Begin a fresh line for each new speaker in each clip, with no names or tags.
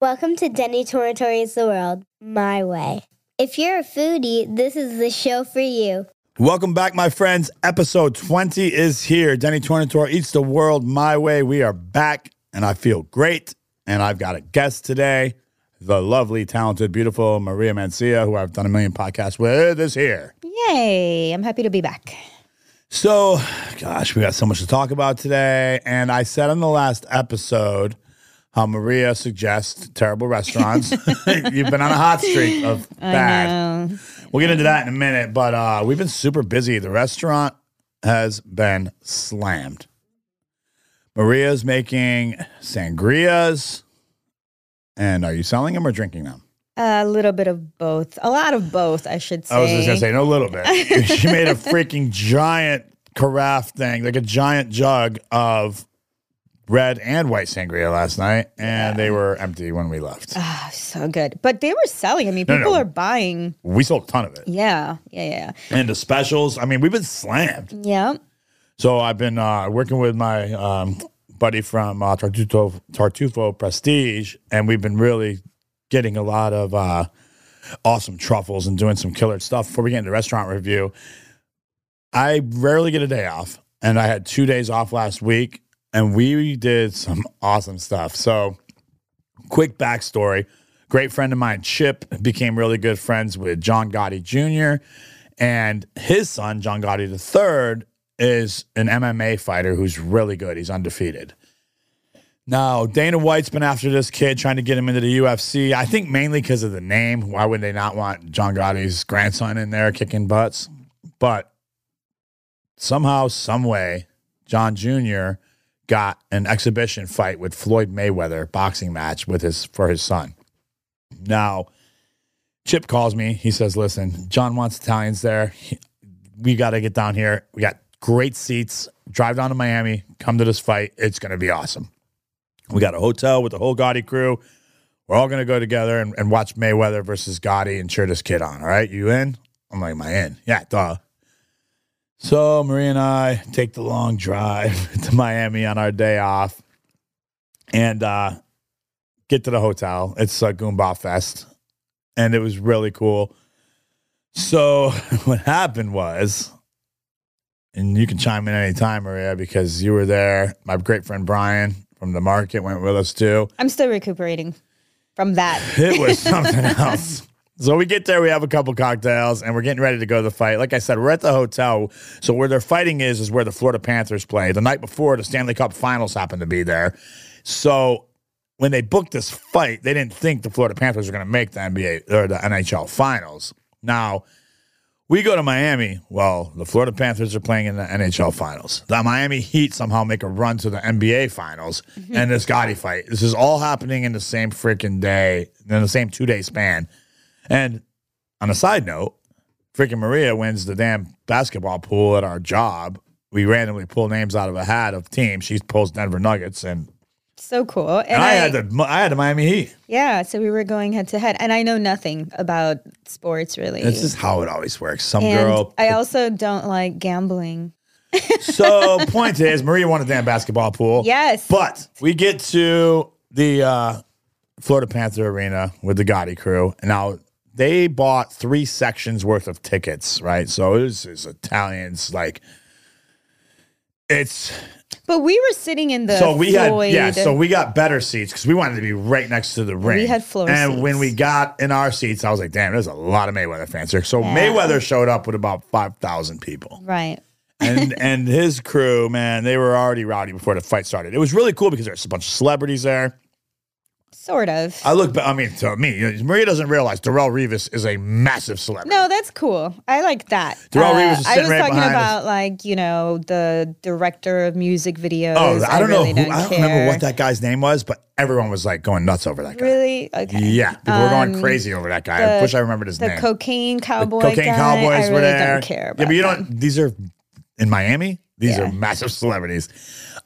Welcome to Denny Torratore's The World, My Way. If you're a foodie, this is the show for you.
Welcome back, my friends. Episode 20 is here. Denny Tornator eats the world my way. We are back, and I feel great. And I've got a guest today, the lovely, talented, beautiful Maria Mancia, who I've done a million podcasts with, is here.
Yay. I'm happy to be back.
So, gosh, we got so much to talk about today. And I said on the last episode how Maria suggests terrible restaurants. You've been on a hot streak of bad.
know.
We'll get into that in a minute, but uh, we've been super busy. The restaurant has been slammed. Maria's making sangrias. And are you selling them or drinking them?
A little bit of both. A lot of both, I should say.
I was just going to say, no, a little bit. she made a freaking giant carafe thing, like a giant jug of red and white sangria last night. And they were empty when we left.
Ah, so good. But they were selling. I mean,
No,
people
no.
are buying.
We sold a ton of it.
Yeah. Yeah. Yeah.
And the specials. I mean, we've been slammed.
Yeah.
So I've been uh, working with my um, buddy from uh, Tartufo, Tartufo Prestige, and we've been really getting a lot of uh, awesome truffles and doing some killer stuff. Before we get into restaurant review, I rarely get a day off, and I had two days off last week, and we did some awesome stuff. So, quick backstory: great friend of mine, Chip, became really good friends with John Gotti Jr. And his son, John Gotti III, is an MMA fighter who's really good. He's undefeated. Now, Dana White's been after this kid, trying to get him into the UFC. I think mainly because of the name. Why would they not want John Gotti's grandson in there kicking butts? But somehow, some way, John Jr. got an exhibition fight with Floyd Mayweather boxing match with his for his son. Now, Chip calls me. He says, "Listen, John wants Italians there. He- we got to get down here. We got great seats. Drive down to Miami. Come to this fight. It's going to be awesome. We got a hotel with the whole Gotti crew. We're all going to go together and, and watch Mayweather versus Gotti and cheer this kid on. All right, you in? I'm like, am I in? Yeah, duh. So Marie and I take the long drive to Miami on our day off, and uh, get to the hotel. It's a Goomba Fest, and it was really cool. So what happened was, and you can chime in anytime, Maria, because you were there. My great friend Brian from the market went with us too.
I'm still recuperating from that.
It was something else. So we get there, we have a couple cocktails, and we're getting ready to go to the fight. Like I said, we're at the hotel. So where their fighting is is where the Florida Panthers play. The night before, the Stanley Cup Finals happened to be there. So when they booked this fight, they didn't think the Florida Panthers were going to make the NBA or the NHL Finals. Now we go to Miami. Well, the Florida Panthers are playing in the NHL Finals. The Miami Heat somehow make a run to the NBA Finals,
Mm-hmm.
and this Gotti fight. This is all happening in the same freaking day, in the same two day span. And on a side note, freaking Maria wins the damn basketball pool at our job. We randomly pull names out of a hat of teams. She pulls Denver Nuggets, and,
So cool. And,
and I, had the I had the Miami Heat.
Yeah. So we were going head to head. And I know nothing about sports really.
This is how it always works. Some
and
girl.
I also don't like gambling.
so point is, Maria won a damn basketball pool.
Yes.
Oh. But we get to the uh, Florida Panther Arena with the Gotti crew. And Now, they bought three sections worth of tickets, right? So this is Italians, like, it's
but we were sitting in the
so we
Floyd-
had yeah so we got better seats because we wanted to be right next to the ring
had floor
and
seats.
when we got in our seats i was like damn there's a lot of mayweather fans here so mayweather showed up with about 5000 people
right.
and and his crew, man, they were already rowdy before the fight started. It was really cool because there's a bunch of celebrities there.
Sort of.
I look, ba- I mean, to me, you know, Maria doesn't realize Darrell Revis is a massive celebrity.
No, that's cool. I like that. Uh,
Darrell Reeves is
I
sitting
was
right
talking
behind us.
about like you know the director of music videos.
oh, I don't know.
really
who, I don't remember what
care.
that guy's name was, but everyone was like going nuts over that guy.
Really? Okay.
Yeah, people were going
Um,
crazy over that guy. I
the-
wish I remembered his
The
name.
cocaine cowboy.
Cocaine
guy,
Cowboys
I really
were there.
Don't care. About
yeah, but you
them.
don't. These are in Miami. These
Yeah.
are massive celebrities.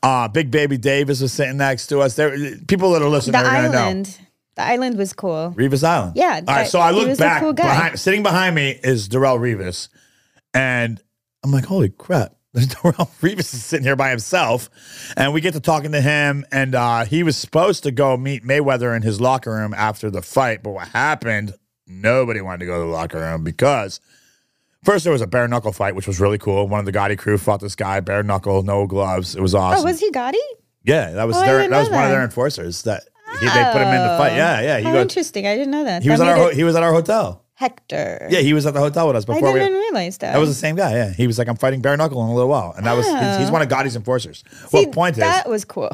Uh, Big Baby Davis was sitting next to us. There, people that are listening
The
are going to know.
island. The island was cool.
Revis Island.
Yeah,
All right.
that-
So I
he
look
was a
back
cool guy.
behind, sitting behind me is Darrell Revis, and I'm like, holy crap, Darrell Revis is sitting here by himself, and we get to talking to him. And uh, he was supposed to go meet Mayweather in his locker room after the fight, but what happened? Nobody wanted to go to the locker room because first there was a bare knuckle fight, which was really cool. One of the Gotti crew fought this guy bare knuckle, no gloves. It was awesome.
Oh, was he Gotti?
yeah, that was
Oh, I
their,
didn't
that was
know
one of
that. Oh,
their enforcers that he, they put him in the fight. Yeah, yeah. He,
How
goes,
interesting. I didn't know that.
he
That
was at
made
our
it-
ho- he was at our hotel.
Hector.
Yeah, he was at the hotel with us
I
before
didn't
we.
realize that.
That was the same guy. Yeah, he was like, "I'm fighting bare knuckle in a little while," and that was he's, he's one of Gotti's enforcers. well, point is
Ah. that was cool.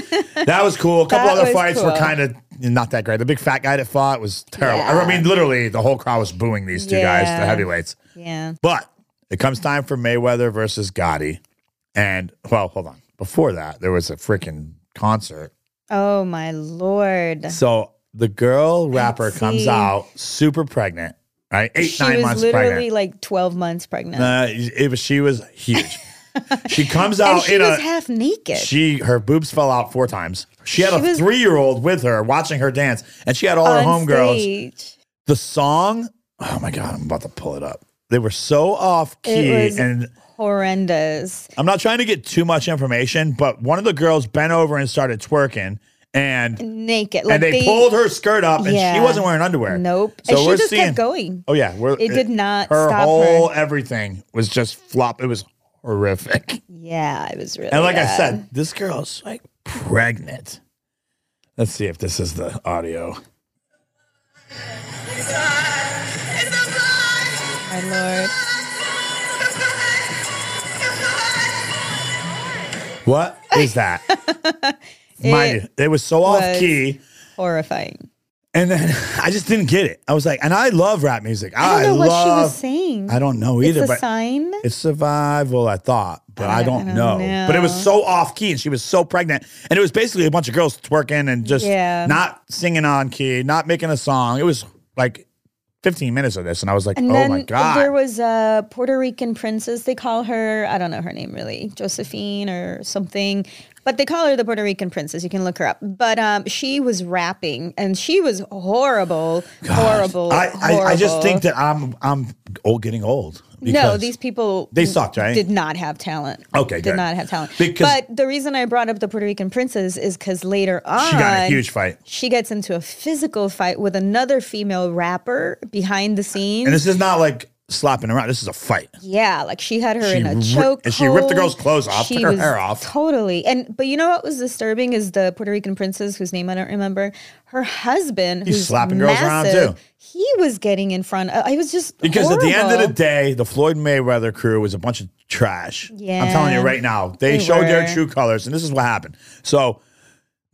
that was cool. A couple
that
other
was
fights were
cool.
kind of not that great. The big fat guy that fought was terrible. I
Yeah.
mean, literally, the whole crowd was booing these two guys, the
Yeah.
heavyweights.
yeah.
But it comes time for Mayweather versus Gotti, and well, hold on. Before that, there was a freaking concert.
Oh my lord.
So the girl rapper comes
see.
out super pregnant, right? Eight
She
nine
was
months
literally
pregnant.
like 12 months pregnant.
Uh, it was she was huge. she comes
and
out
she
in
was
a
half naked.
she her boobs fell out four times. She had
She
a
was-
three year old with her watching her dance, and she had all her
on
homegirls.
stage.
The song, oh my god, I'm about to pull it up. They were so off key,
It was-
and
Horrendous.
I'm not trying to get too much information, but one of the girls bent over and started twerking, and
Naked. Like
and they, pulled her skirt up, and she
Yeah.
wasn't wearing underwear.
Nope.
So
and she
we're
just
seeing-
kept going.
Oh yeah, we're,
It did not
Her
stop her.
whole everything was just flop. It was horrific.
Yeah, it was really
And like I
bad.
said, this girl's like pregnant. Let's see if this is the audio.
my lord.
What is that? Mind you, it was so off
was-
key.
Horrifying.
And then I just didn't get it. I was like, and I love rap music. I,
I don't know
love,
what she was saying.
I don't know
it's
either,
a
but
sign.
it's survival, I thought, but I,
I
don't,
don't
know.
know.
But it was so off key and she was so pregnant. And it was basically a bunch of girls twerking and just
Yeah.
not singing on key, not making a song. It was like 15 minutes of this. And I was like,
And
oh
then
my God.
there was a Puerto Rican princess. They call her, I don't know her name really, Josephine or something, but they call her the Puerto Rican princess. You can look her up. But um, she was rapping and she was horrible, horrible,
I, I, I just think that
horrible.
I'm I'm old getting old.
no,
because-
these people
they sucked, right?
Did not have talent.
Okay,
did
good.
not have talent.
Because-
but the reason I brought up the Puerto Rican princess is because later on
she got in a huge fight.
she gets into a physical fight with another female rapper behind the scenes.
And this is not like slapping around. This is a fight.
Yeah, like she had her in
She
a
ri-
choke.
and she ripped the girl's clothes off, took her hair off.
Totally. And but you know what was disturbing is the Puerto Rican princess whose name I don't remember. Her husband,
He's
who's
slapping girls around,
massive,
too.
He was getting in front. Of, I was just
Because at the end of the
horrible.
day, the Floyd Mayweather crew was a bunch of trash. I'm telling you
Yeah.
right now. They,
They
showed their
were.
true colors, and this is what happened. So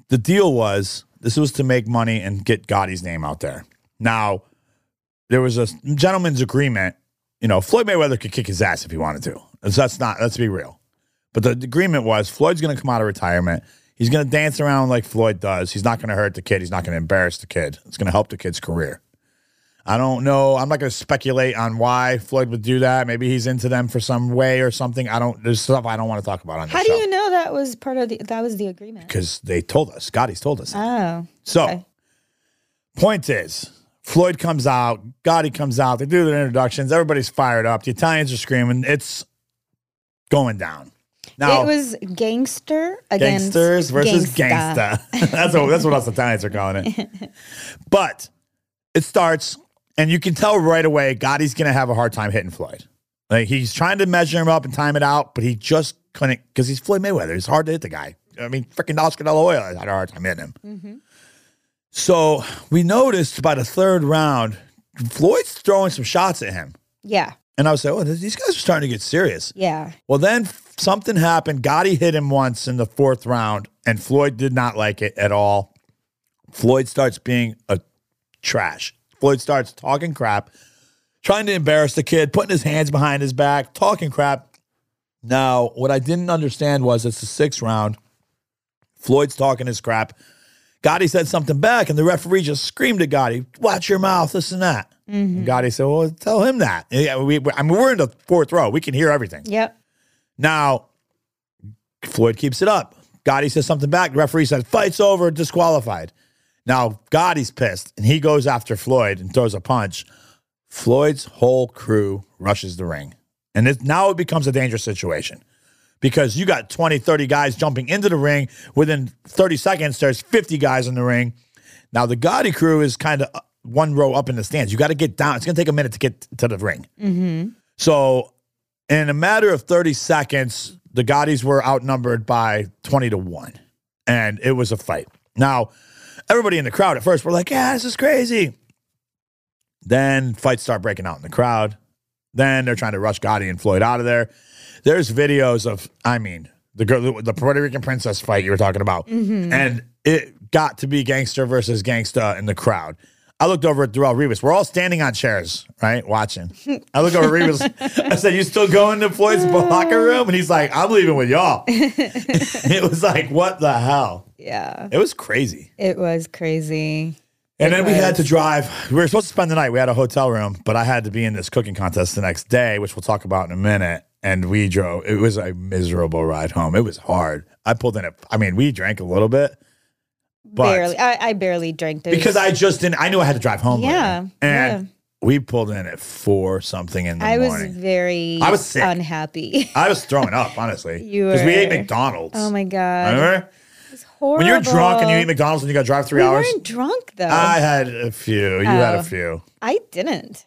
the deal was this was to make money and get Gotti's name out there. Now, there was a gentleman's agreement. You know, Floyd Mayweather could kick his ass if he wanted to. That's- That's not, let's be real. But the agreement was Floyd's going to come out of retirement. He's going to dance around like Floyd does. He's not going to hurt the kid. He's not going to embarrass the kid. It's going to help the kid's career. I don't know. I'm not going to speculate on why Floyd would do that. Maybe he's into them for some way or something. I don't. There's stuff I don't want to talk about on this
How do you know that was part of the that was the agreement?
Because they told us. Gotti's told us.
Oh.
so,
okay.
point is, Floyd comes out. Gotti comes out. They do their introductions. Everybody's fired up. The Italians are screaming. It's going down. Now,
it was gangster against
gangsters versus
gangsta.
gangsta. that's what that's what us Italians are calling it. But it starts, and you can tell right away Gotti's gonna have a hard time hitting Floyd. Like he's trying to measure him up and time it out, but he just couldn't because he's Floyd Mayweather. It's hard to hit the guy. I mean, freaking Oscar De La Hoya had a hard time hitting him.
Mm-hmm.
So we noticed by the third round, Floyd's throwing some shots at him.
Yeah.
And I was like, oh, these guys are starting to get serious.
Yeah.
Well, then f- something happened. Gotti hit him once in the fourth round, and Floyd did not like it at all. Floyd starts being a trash. Floyd starts talking crap, trying to embarrass the kid, putting his hands behind his back, talking crap. Now, what I didn't understand was it's the sixth round. Floyd's talking his crap. Gotti said something back, and the referee just screamed at Gotti, "Watch your mouth, this and that." And Gotti said, "Well, tell him that." Yeah, we, we- I mean, we're in the fourth row; we can hear everything.
Yep.
Now, Floyd keeps it up. Gotti says something back. Referee says, fight's over, disqualified. Now, Gotti's pissed and he goes after Floyd and throws a punch. Floyd's whole crew rushes the ring. And it, now it becomes a dangerous situation. because you got 20, 30 guys jumping into the ring. Within 30 seconds, there's 50 guys in the ring. Now, the Gotti crew is kind of one row up in the stands. You got to get down. It's going to take a minute to get to the ring.
mm-hmm,
So, in a matter of 30 seconds, the Gottis were outnumbered by 20 to 1, and it was a fight. Now, everybody in the crowd at first were like, Yeah, this is crazy. Then fights start breaking out in the crowd. Then they're trying to rush Gotti and Floyd out of there. There's videos of, I mean, the girl, the Puerto Rican princess fight you were talking about, and it got to be gangster versus gangsta in the crowd. I looked over at Darrell Rivas. We're all standing on chairs, right, watching. I look over at Rivas. I said, "You still going to Floyd's locker room?" And he's like, "I'm leaving with y'all." it was like, what the hell?
Yeah.
It was crazy.
It was crazy.
And then we had to drive. We were supposed to spend the night. We had a hotel room, but I had to be in this cooking contest the next day, which we'll talk about in a minute. And we drove. It was a miserable ride home. It was hard. I pulled in. A, I mean, we drank a little bit, but
barely. I, I barely drank those.
because I just didn't. I knew I had to drive home. later.
Yeah,
and
yeah.
we pulled in at four something in the
I was
morning.
very
I was sick.
unhappy.
I was throwing up, honestly,
You
we ate
were-
McDonald's.
oh my god.
Remember
It's horrible.
when you're drunk and you eat McDonald's and you got to drive three
We
hours?
weren't drunk though.
I had a few. You had
Oh.
a few.
I didn't.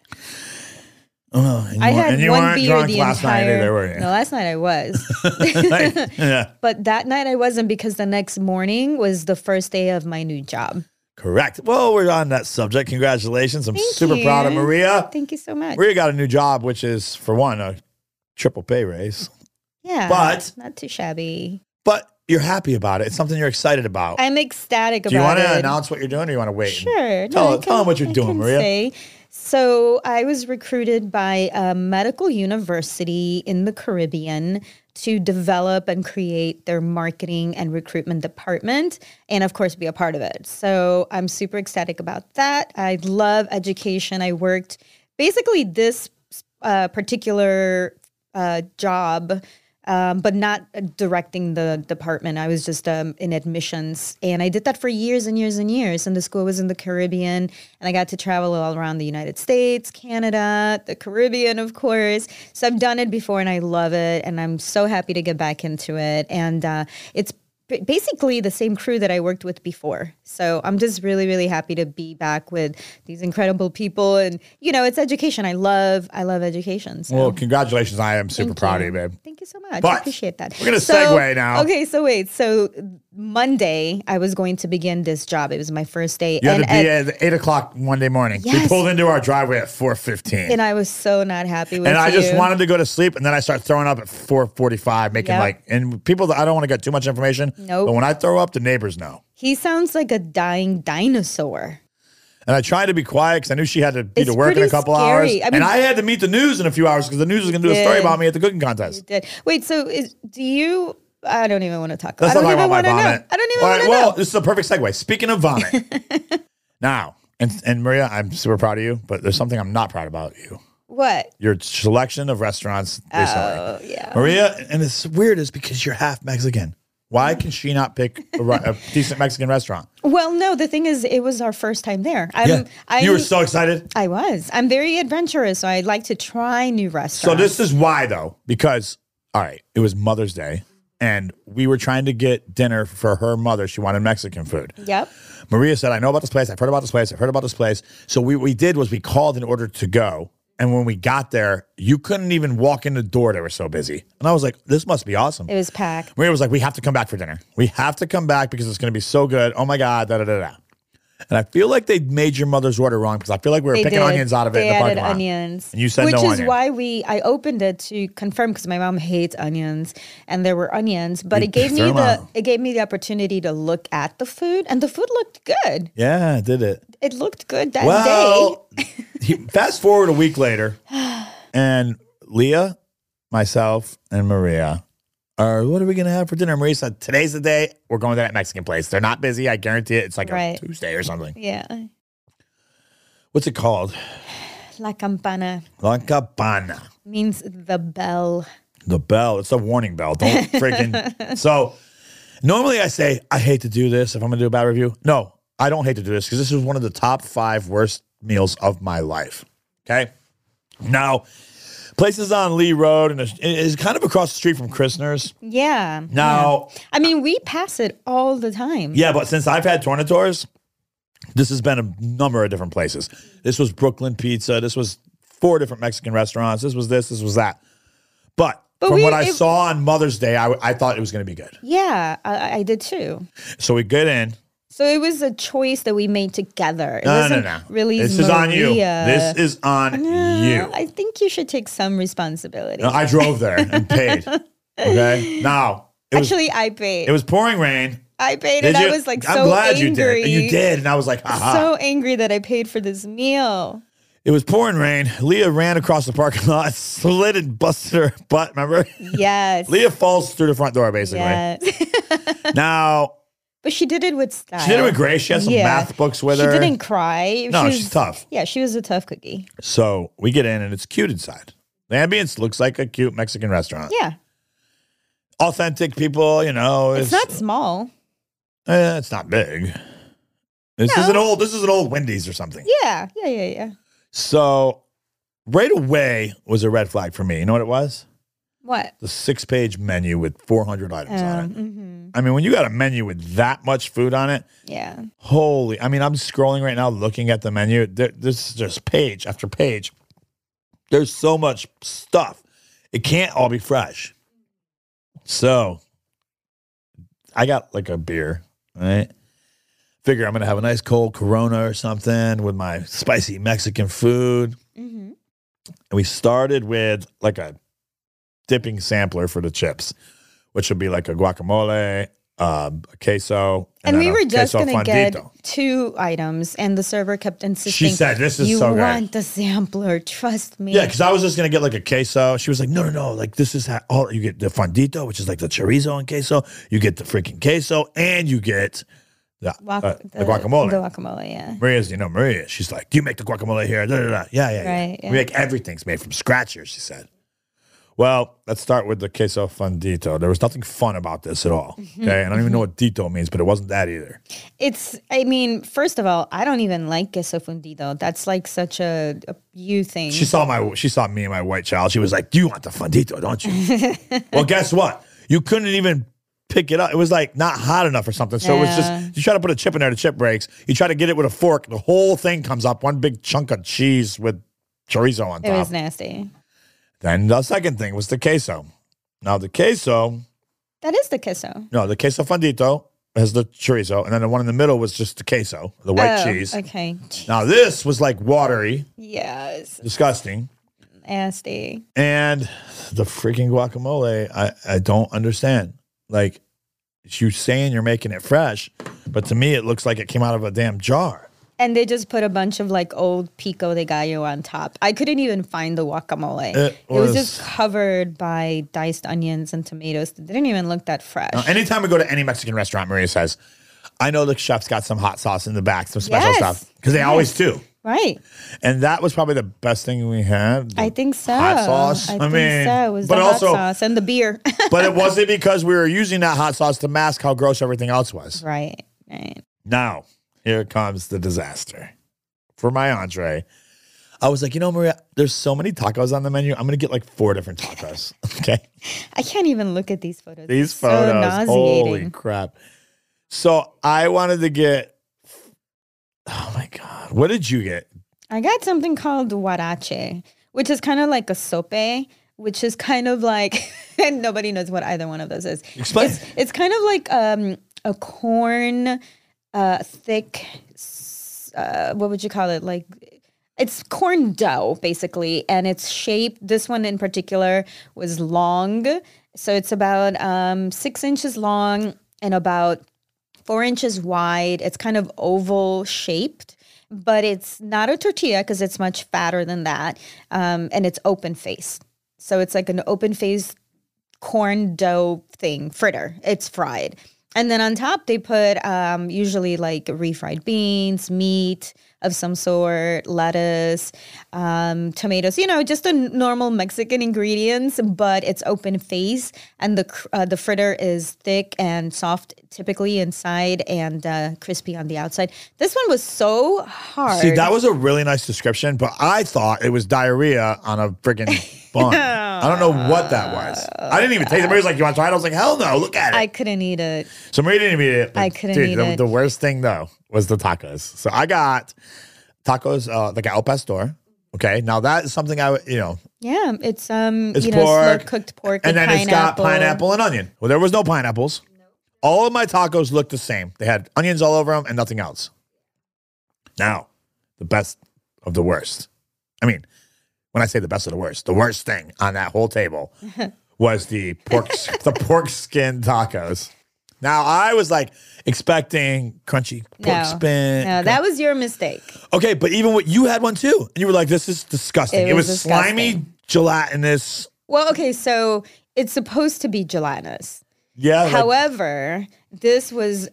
Oh, and you
I
weren't-
had
and you
one
weren't
beer
drunk
the
last
entire.
night either, were you?
No, last night I was,
Like, yeah,
but that night I wasn't because the next morning was the first day of my new job.
correct. Well, we're on that subject. Congratulations. I'm
Thank
super
you.
proud of Maria.
Thank you so much.
Maria got a new job, which is, for one, a triple pay raise.
yeah,
but-
not too shabby.
But you're happy about it. It's something you're excited about.
I'm ecstatic
Do you
about
want to
it.
announce what you're doing or you want to wait?
Sure.
Tell-
I
tell 'em what you're
I
doing,
can
Maria.
say. So I was recruited by a medical university in the Caribbean to develop and create their marketing and recruitment department, and of course, be a part of it. So I'm super ecstatic about that. I love education. I worked basically this uh, particular uh, job, um, but not directing the department. I was just um, in admissions, and I did that for years and years and years. And the school was in the Caribbean, and I got to travel all around the United States, Canada, the Caribbean, of course. So I've done it before, and I love it, and I'm so happy to get back into it. And uh, it's b- basically the same crew that I worked with before. So I'm just really, really happy to be back with these incredible people. And you know, it's education. I love, I love education. So.
Well, congratulations. I am super
Thank
proud
you.
of you, babe.
Thank you so much.
But
I appreciate that.
we're gonna
So-
segue now.
Okay, so wait. So Monday, I was going to begin this job. It was my first day,
You had
and
to be
at-
at 8 o'clock Monday morning. We
Yes.
pulled into our driveway at 4.15.
and I was so not happy with
and I just
you.
wanted to go to sleep, and then I start throwing up at four forty-five, making
Yep.
like and people that I don't want to get too much information.
Nope.
But when I throw up, the neighbors know,
He sounds like a dying dinosaur.
and I try to be quiet because I knew she had to be
It's
to work in a
pretty
couple hours,
scary. I mean-
and I had to meet the news in a few hours because the news was going to do a story
Yeah.
about me at the cooking contest.
Did- Wait, so is do you? I don't even want to talk.
Let's
I don't
not talk
even
about my
want to know.
vomit.
I don't even
All
want
right,
to
well,
know.
this is a perfect segue. Speaking of vomit, now and and Maria, I'm super proud of you, but there's something I'm not proud about you.
What?
Your selection of restaurants recently.
Oh yeah.
Maria, and it's weird is because you're half Mexican. Why can she not pick a, ri- a decent Mexican restaurant?
Well, no. The thing is, it was our first time there. I'm, I,
you were so excited.
I was. I'm very adventurous, so I like to try new restaurants.
So this is why though, because all right, it was Mother's Day, and we were trying to get dinner for her mother. She wanted Mexican food.
Yep.
Maria said, "I know about this place. I've heard about this place. I've heard about this place." So we we did was we called in order to go, and when we got there, you couldn't even walk in the door. They were so busy, and I was like, "This must be awesome."
It was packed.
Maria was like, "We have to come back for dinner. We have to come back because it's going to be so good. Oh my god, da da da da." And I feel like they made your mother's order wrong because I feel like we were
They
picking
did.
onions out of it
They
in the
added
parking lot.
onions.
And you said
which
no
is
onion.
why we I opened it to confirm because my mom hates onions, and there were onions. But
You
it gave me
threw 'em
the
out.
it gave me the opportunity to look at the food, and the food looked good.
Yeah, I did it.
It looked good that day.
Well, he- fast forward a week later, and Leah, myself, and Maria are. What are we gonna have for dinner? Maria said, "Today's the day. We're going to that Mexican place. They're not busy. I guarantee it. It's like
Right.
a Tuesday or something.
Yeah,
What's it called?
la campana
La Cabana.
means the bell.
The bell. It's a warning bell. Don't freaking. so normally I say I hate to do this if I'm gonna do a bad review. No, I don't hate to do this because this is one of the top five worst meals of my life. Okay. Now, Place is on Lee Road and it's- it's kind of across the street from Christner's.
Yeah.
Now,
I mean, we pass it all the time.
yeah, but since I've had Tornators, this has been a number of different places. This was Brooklyn Pizza. This was four different Mexican restaurants. This was this. This was that. But,
But
from
we-
what I
it-
saw on Mother's Day, I, I thought it was going to be good.
Yeah, I, I did too.
So we get in.
So it was a choice that we made together. It
No, no,
wasn't
no.
really
this is on you.
Maria.
This is on you.
Uh, I think you should take some responsibility.
No, I drove there and paid. Okay. Now it was
Actually, I paid.
it was pouring rain.
I paid,
Did
and
you-
I was like
I'm
so
glad you
angry.
did. Uh-huh. You did, and I was like, haha.
So angry that I paid for this meal.
it was pouring rain. Leah ran across the parking lot, slid and busted her butt. Remember,
Yes.
Leah falls through the front door basically.
yes.
Now
but she did it with style.
she did it with grace. She had some
Yeah.
math books with
She
her.
didn't cry.
No,
she was,
she's tough.
Yeah, she was a tough cookie.
So we get in, and it's cute inside. The ambience looks like a cute Mexican restaurant.
Yeah.
Authentic people, you know.
It's, not small.
Eh, it's not big. This
No.
is an old. This is an old Wendy's or something.
Yeah. Yeah, yeah, yeah.
So right away was a red flag for me. You know what it was?
What?
The six-page menu with 400 items on
Um,
it.
mhm.
I mean, when you got a menu with that much food on it,
Yeah.
holy! I mean, I'm scrolling right now, looking at the menu. There, this is just page after page. There's so much stuff. It can't all be fresh. So I got like a beer, right? Figure I'm gonna have a nice cold Corona or something with my spicy Mexican food.
hmm
And we started with like a dipping sampler for the chips, which would be like a guacamole, um, a queso,
And, we
then a
were just
queso
going to get
fondito.
two items, and the server kept insisting.
She said, "This is
you
so good."
want the sampler. Trust me.
Yeah, because I was just gonna get like a queso. She was like, "No, no, no! Like this is how all you get the fondito, which is like the chorizo and queso. You get the freaking queso, and you get the,
Guac-
uh, the, guacamole."
The guacamole, yeah.
Maria's, you know, Maria. She's like, "Do you make the guacamole here?" Da, da, da. Yeah, yeah, yeah.
Right, yeah.
We make everything's made from scratch here. She said. Well, let's start with the queso fondito. There was nothing fun about this at all.
Mm-hmm.
Okay, and I don't even know what dito means, but it wasn't that either.
It's, I mean, first of all, I don't even like queso fundido. That's like such a, a you thing.
She saw my she saw me and my white child. She was like, "You want the fondito, don't you?" well, guess what? You couldn't even pick it up. It was like not hot enough or something. So it was
Yeah.
just you try to put a chip in there, the chip breaks. You try to get it with a fork, the whole thing comes up, one big chunk of cheese with chorizo on
it
top.
was nasty.
Then the second thing was the queso. Now the queso,
That is the queso.
no, the queso fondito has the chorizo, and then the one in the middle was just the queso, the white
Oh,
cheese.
Okay.
Now this was like watery,
Yes.
disgusting.
Nasty.
And the freaking guacamole, I, I don't understand. Like, it's you saying you're making it fresh, but to me, it looks like it came out of a damn jar.
And they just put a bunch of like old pico de gallo on top. I couldn't even find the guacamole.
It was-
just covered by diced onions and tomatoes. They didn't even look that fresh.
Now, anytime we go to any Mexican restaurant, Maria says, I know the chef's got some hot sauce in the back, some special
Yes.
stuff, because they always do.
right.
And that was probably the best thing we had.
I think so.
Hot sauce?
I,
I
think
mean,
so. It was
but
the
also-
hot sauce and the beer.
but it wasn't because we were using that hot sauce to mask how gross everything else was.
right. Right.
Now, here comes the disaster. For my entree, I was like, you know, Maria, there's so many tacos on the menu. I'm going to get like four different tacos. okay.
I can't even look at these photos.
These
It's so
photos. holy
nauseating.
crap. So I wanted to get, oh my God. What did you get?
I got something called huarache, which is kind of like a sope, which is kind of like, and nobody knows what either one of those is.
Explain.
It's, it's kind of like um, a corn, uh, thick, s- uh, what would you call it? Like, it's corn dough, basically. And it's shaped, this one in particular was long. So it's about um, six inches long and about four inches wide. It's kind of oval shaped, but it's not a tortilla because it's much fatter than that. Um, and it's open faced. So it's like an open faced corn dough thing, fritter. It's fried. And then on top, they put um, usually like refried beans, meat of some sort, lettuce, um, tomatoes. You know, just the n- normal Mexican ingredients, but it's open face, and the cr- uh, the fritter is thick and soft, typically inside, and uh, crispy on the outside. This one was so hard.
See, that was a really nice description, but I thought it was diarrhea on a freaking bun. I don't know what that was. I didn't even taste it. Maria's like, "You want to try it?" I was like, "Hell no! Look at it."
I couldn't eat it.
so Maria didn't even eat it.
I couldn't
dude,
eat
the,
it.
the worst thing though was the tacos. So I got tacos uh, like an al pastor. Okay, now that is something I would, you know,
Yeah, it's um,
It's
you know, slow
pork,
cooked pork,
and
with
then it's got pineapple and onion. Well, there was no pineapples. All of my tacos looked the same. They had onions all over them and nothing else. Now, the best of the worst. I mean, when I say the best of the worst, the worst thing on that whole table was the pork the pork skin tacos. Now, I was like expecting crunchy pork
No.
spin.
No, that was your mistake.
Okay, but even what you had one too, and you were like, "This is disgusting." It,
It
was,
was
slimy, gelatinous.
Well, okay, so it's supposed to be gelatinous.
Yeah. like-
However, this was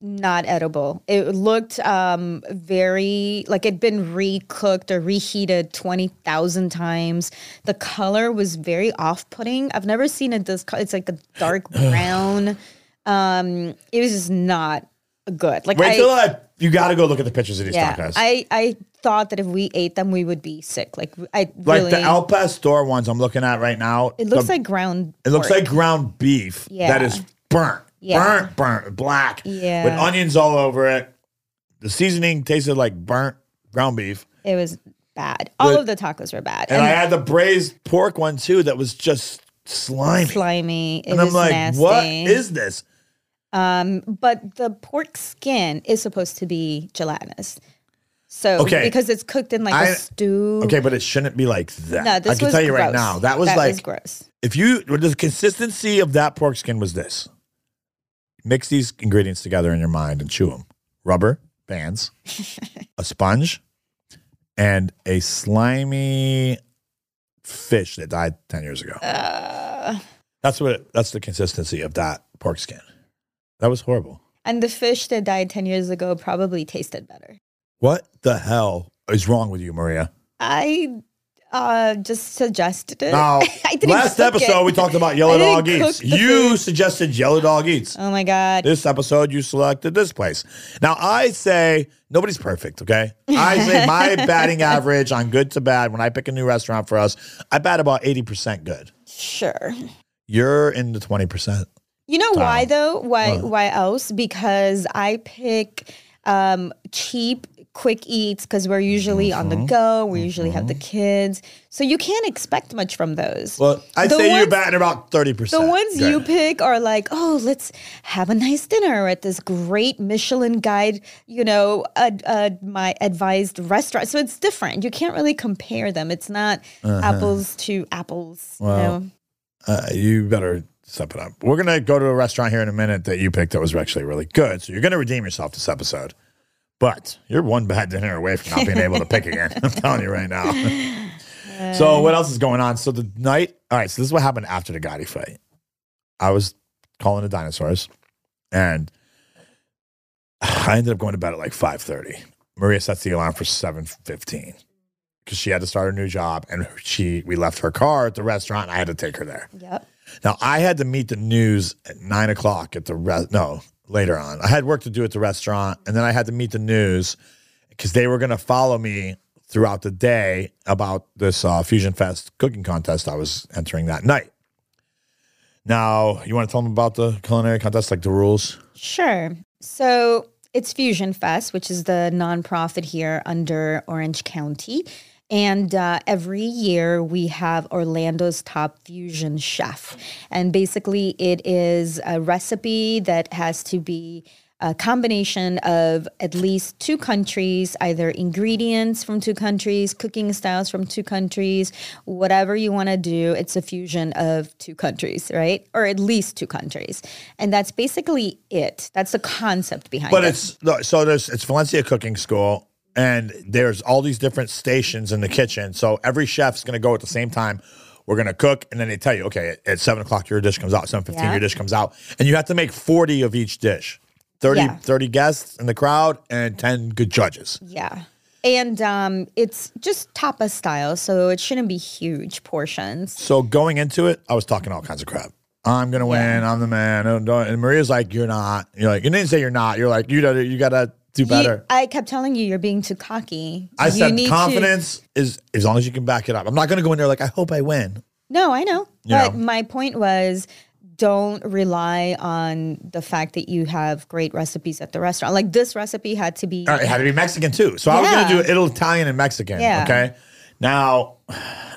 not edible. It looked um, very like it'd been recooked or reheated 20,000 times. The color was very off putting. I've never seen it this color. It's like a dark brown. um, it was just not good. Like,
Wait
I,
till I. You got to go look at the pictures of these
yeah,
tacos.
I, I thought that if we ate them, we would be sick. Like, I
like
really.
the Al Pastor ones I'm looking at right now.
it looks like ground.
it looks
pork.
like ground beef that
Yeah.
is burnt,
Yeah.
burnt, burnt, black,
Yeah.
with onions all over it. The seasoning tasted like burnt ground beef,
It was bad. All
But-
of the tacos were bad.
and I had the braised pork one too that was just slimy.
slimy. It
and I'm
was
like,
nasty.
what is this?
um, but the pork skin is supposed to be gelatinous. So
Okay.
because it's cooked in like a
I-
stew.
Okay, but it shouldn't be like that.
No, this
I can
was
tell you right
gross.
now, that was like
gross.
if you the consistency of that pork skin was this mix these ingredients together in your mind and chew them rubber bands a sponge and a slimy fish that died 10 years ago
Uh,
that's what that's the consistency of that pork skin that was horrible
and the fish that died ten years ago probably tasted better.
what the hell is wrong with you maria
I uh, just suggested it.
now
Uh, I didn't
last
cook it.
episode we talked about yellow
I didn't
dog eats
cook the
you suggested yellow dog eats
Oh my god.
this episode you selected this place. Now I say nobody's perfect, okay? I say my batting average on good to bad when I pick a new restaurant for us, I bat about 80% good.
sure.
You're in the 20%.
You know why though? Why
What?
why else? Because I pick um cheap quick eats because we're usually on the
Mm-hmm.
go. We usually have the kids. So you can't expect much from those.
Well, I'd
The
say you're
ones-
batting about 30%.
the ones
good.
you pick are like, oh, let's have a nice dinner at this great Michelin guide, you know, ad, ad, my advised restaurant. So it's different. You can't really compare them. It's not
Uh-huh.
apples to apples. you
Well,
know?
Uh, you better step it up. We're going to go to a restaurant here in a minute that you picked that was actually really good. So you're going to redeem yourself this episode. But you're one bad dinner away from not being able to pick again. I'm telling you right now.
Uh,
so what else is going on? So the night, all right. So this is what happened after the Gotti fight. I was calling the dinosaurs, and I ended up going to bed at like five thirty. Maria sets the alarm for seven fifteen because she had to start her new job, and she we left her car at the restaurant. And I had to take her there.
Yep.
Now I had to meet the news at nine o'clock at the rest. No, later on, I had work to do at the restaurant, and then I had to meet the news because they were going to follow me throughout the day about this uh, Fusion Fest cooking contest I was entering that night. Now, you want to tell them about the culinary contest, like the rules?
Sure. So it's Fusion Fest, which is the nonprofit here under Orange County. And uh, every year we have Orlando's top fusion chef. And basically, it is a recipe that has to be a combination of at least two countries, either ingredients from two countries, cooking styles from two countries, whatever you want to do. It's a fusion of two countries, right? Or at least two countries. And that's basically it. That's the concept behind
But
it.
it's no, so there's it's Valencia Cooking School, and there's all these different stations in the kitchen. So every chef's going to go at the same time. we're gonna cook, and then they tell you, okay, at, at seven o'clock your dish comes out, seven fifteen
Yeah.
your dish comes out, and you have to make forty of each dish. 30,
Yeah.
30 guests in the crowd and ten good judges.
Yeah. And um, it's just tapa style, so it shouldn't be huge portions.
So going into it, I was talking all kinds of crap. I'm gonna win. I'm the man. oh, don't- And Maria's like, you're not. You're like, you didn't say you're not. You're like, you gotta, you gotta do
You-
better.
I kept telling you, you're being too cocky.
I
You
said
need to-
confidence is as long as you can back it up. I'm not gonna go in there like I hope I win.
no, I know.
Yeah.
But my point was don't rely on the fact that you have great recipes at the restaurant. Like this recipe had to be.
All right, it had to be Mexican too. So I was gonna
Yeah.
do Italy, Italian and Mexican.
Yeah.
Okay. Now,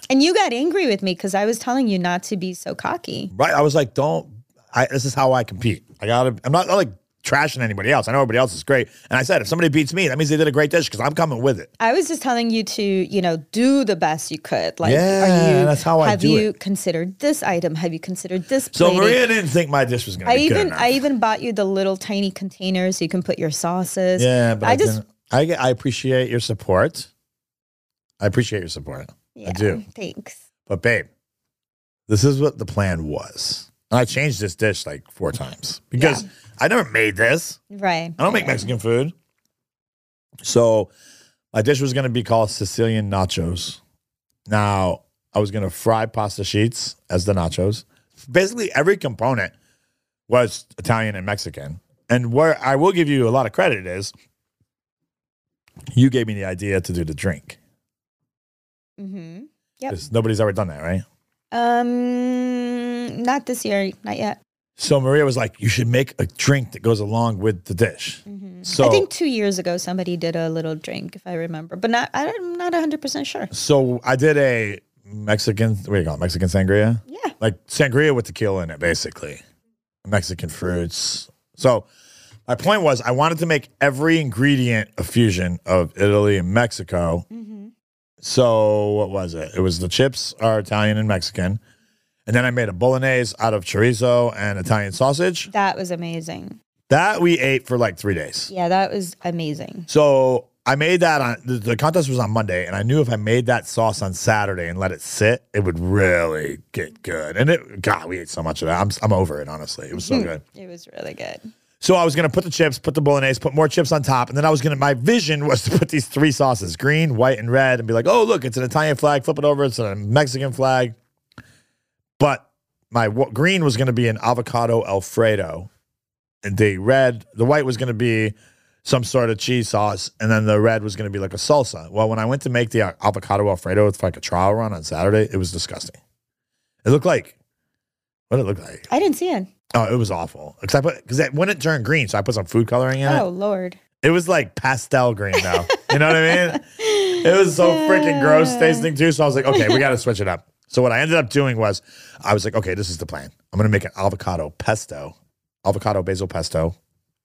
And you got angry with me because I was telling you not to be so cocky.
right, I was like, don't. I, this is how I compete. I gotta. I'm not, not like trashing anybody else. I know everybody else is great. And I said, if somebody beats me, that means they did a great dish because I'm coming with it.
I was just telling you to, you know, do the best you could. Like,
Yeah,
are you,
that's how I
have
do
you considered this item? Have you considered this?
So
plating?
Maria didn't think my dish was gonna
I
be good
even
enough.
I even bought you the little tiny container so you can put your sauces.
Yeah, but I,
I just-
didn't- I get- I appreciate your support. I appreciate your support.
Yeah,
do.
Thanks.
But babe, this is what the plan was. And I changed this dish like four times because I never made this.
Right.
I don't make Mexican food. So my dish was going to be called Sicilian nachos. Now, I was going to fry pasta sheets as the nachos. Basically, every component was Italian and Mexican. And where I will give you a lot of credit is you gave me the idea to do the drink.
Mm-hmm. Yep.
'Cause Nobody's ever done that, right?
Um, not this year. Not yet.
So Maria was like, you should make a drink that goes along with the dish. So
I think two years ago somebody did a little drink, if I remember, but not. I don't- I'm not 100 percent sure.
So I did a Mexican, what do you call it, Mexican sangria?
Yeah.
Like sangria with tequila in it, basically. Mexican fruits. So my point was, I wanted to make every ingredient a fusion of Italy and Mexico.
Mm-hmm.
So what was it? It was the chips are Italian and Mexican. And then I made a bolognese out of chorizo and Italian sausage
That was amazing.
that we ate for like three days.
Yeah, that was amazing.
So I made that on the, the contest was on Monday, and I knew if I made that sauce on Saturday and let it sit, it would really get good. And it, God, we ate so much of that. I'm I'm over it honestly. It was so good.
It was really good.
So I was gonna put the chips, put the bolognese, put more chips on top, and then I was gonna. My vision was to put these three sauces: green, white, and red, and be like, "Oh, look, it's an Italian flag. Flip it over, it's a Mexican flag." But my w- green was gonna be an avocado alfredo, and the red, the white was gonna be some sort of cheese sauce, and then the red was gonna be like a salsa. Well, when I went to make the uh, avocado alfredo with like a trial run on Saturday, it was disgusting. It looked like what did it look like.
I didn't see it.
Oh, it was awful. Because I put because it when it turned green, so I put some food coloring in
Oh
it.
Lord.
It was like pastel green though. you know what I mean? It was so freaking gross tasting too. So I was like, okay, we got to switch it up. So what I ended up doing was, I was like, okay, this is the plan. I'm gonna make an avocado pesto, avocado basil pesto,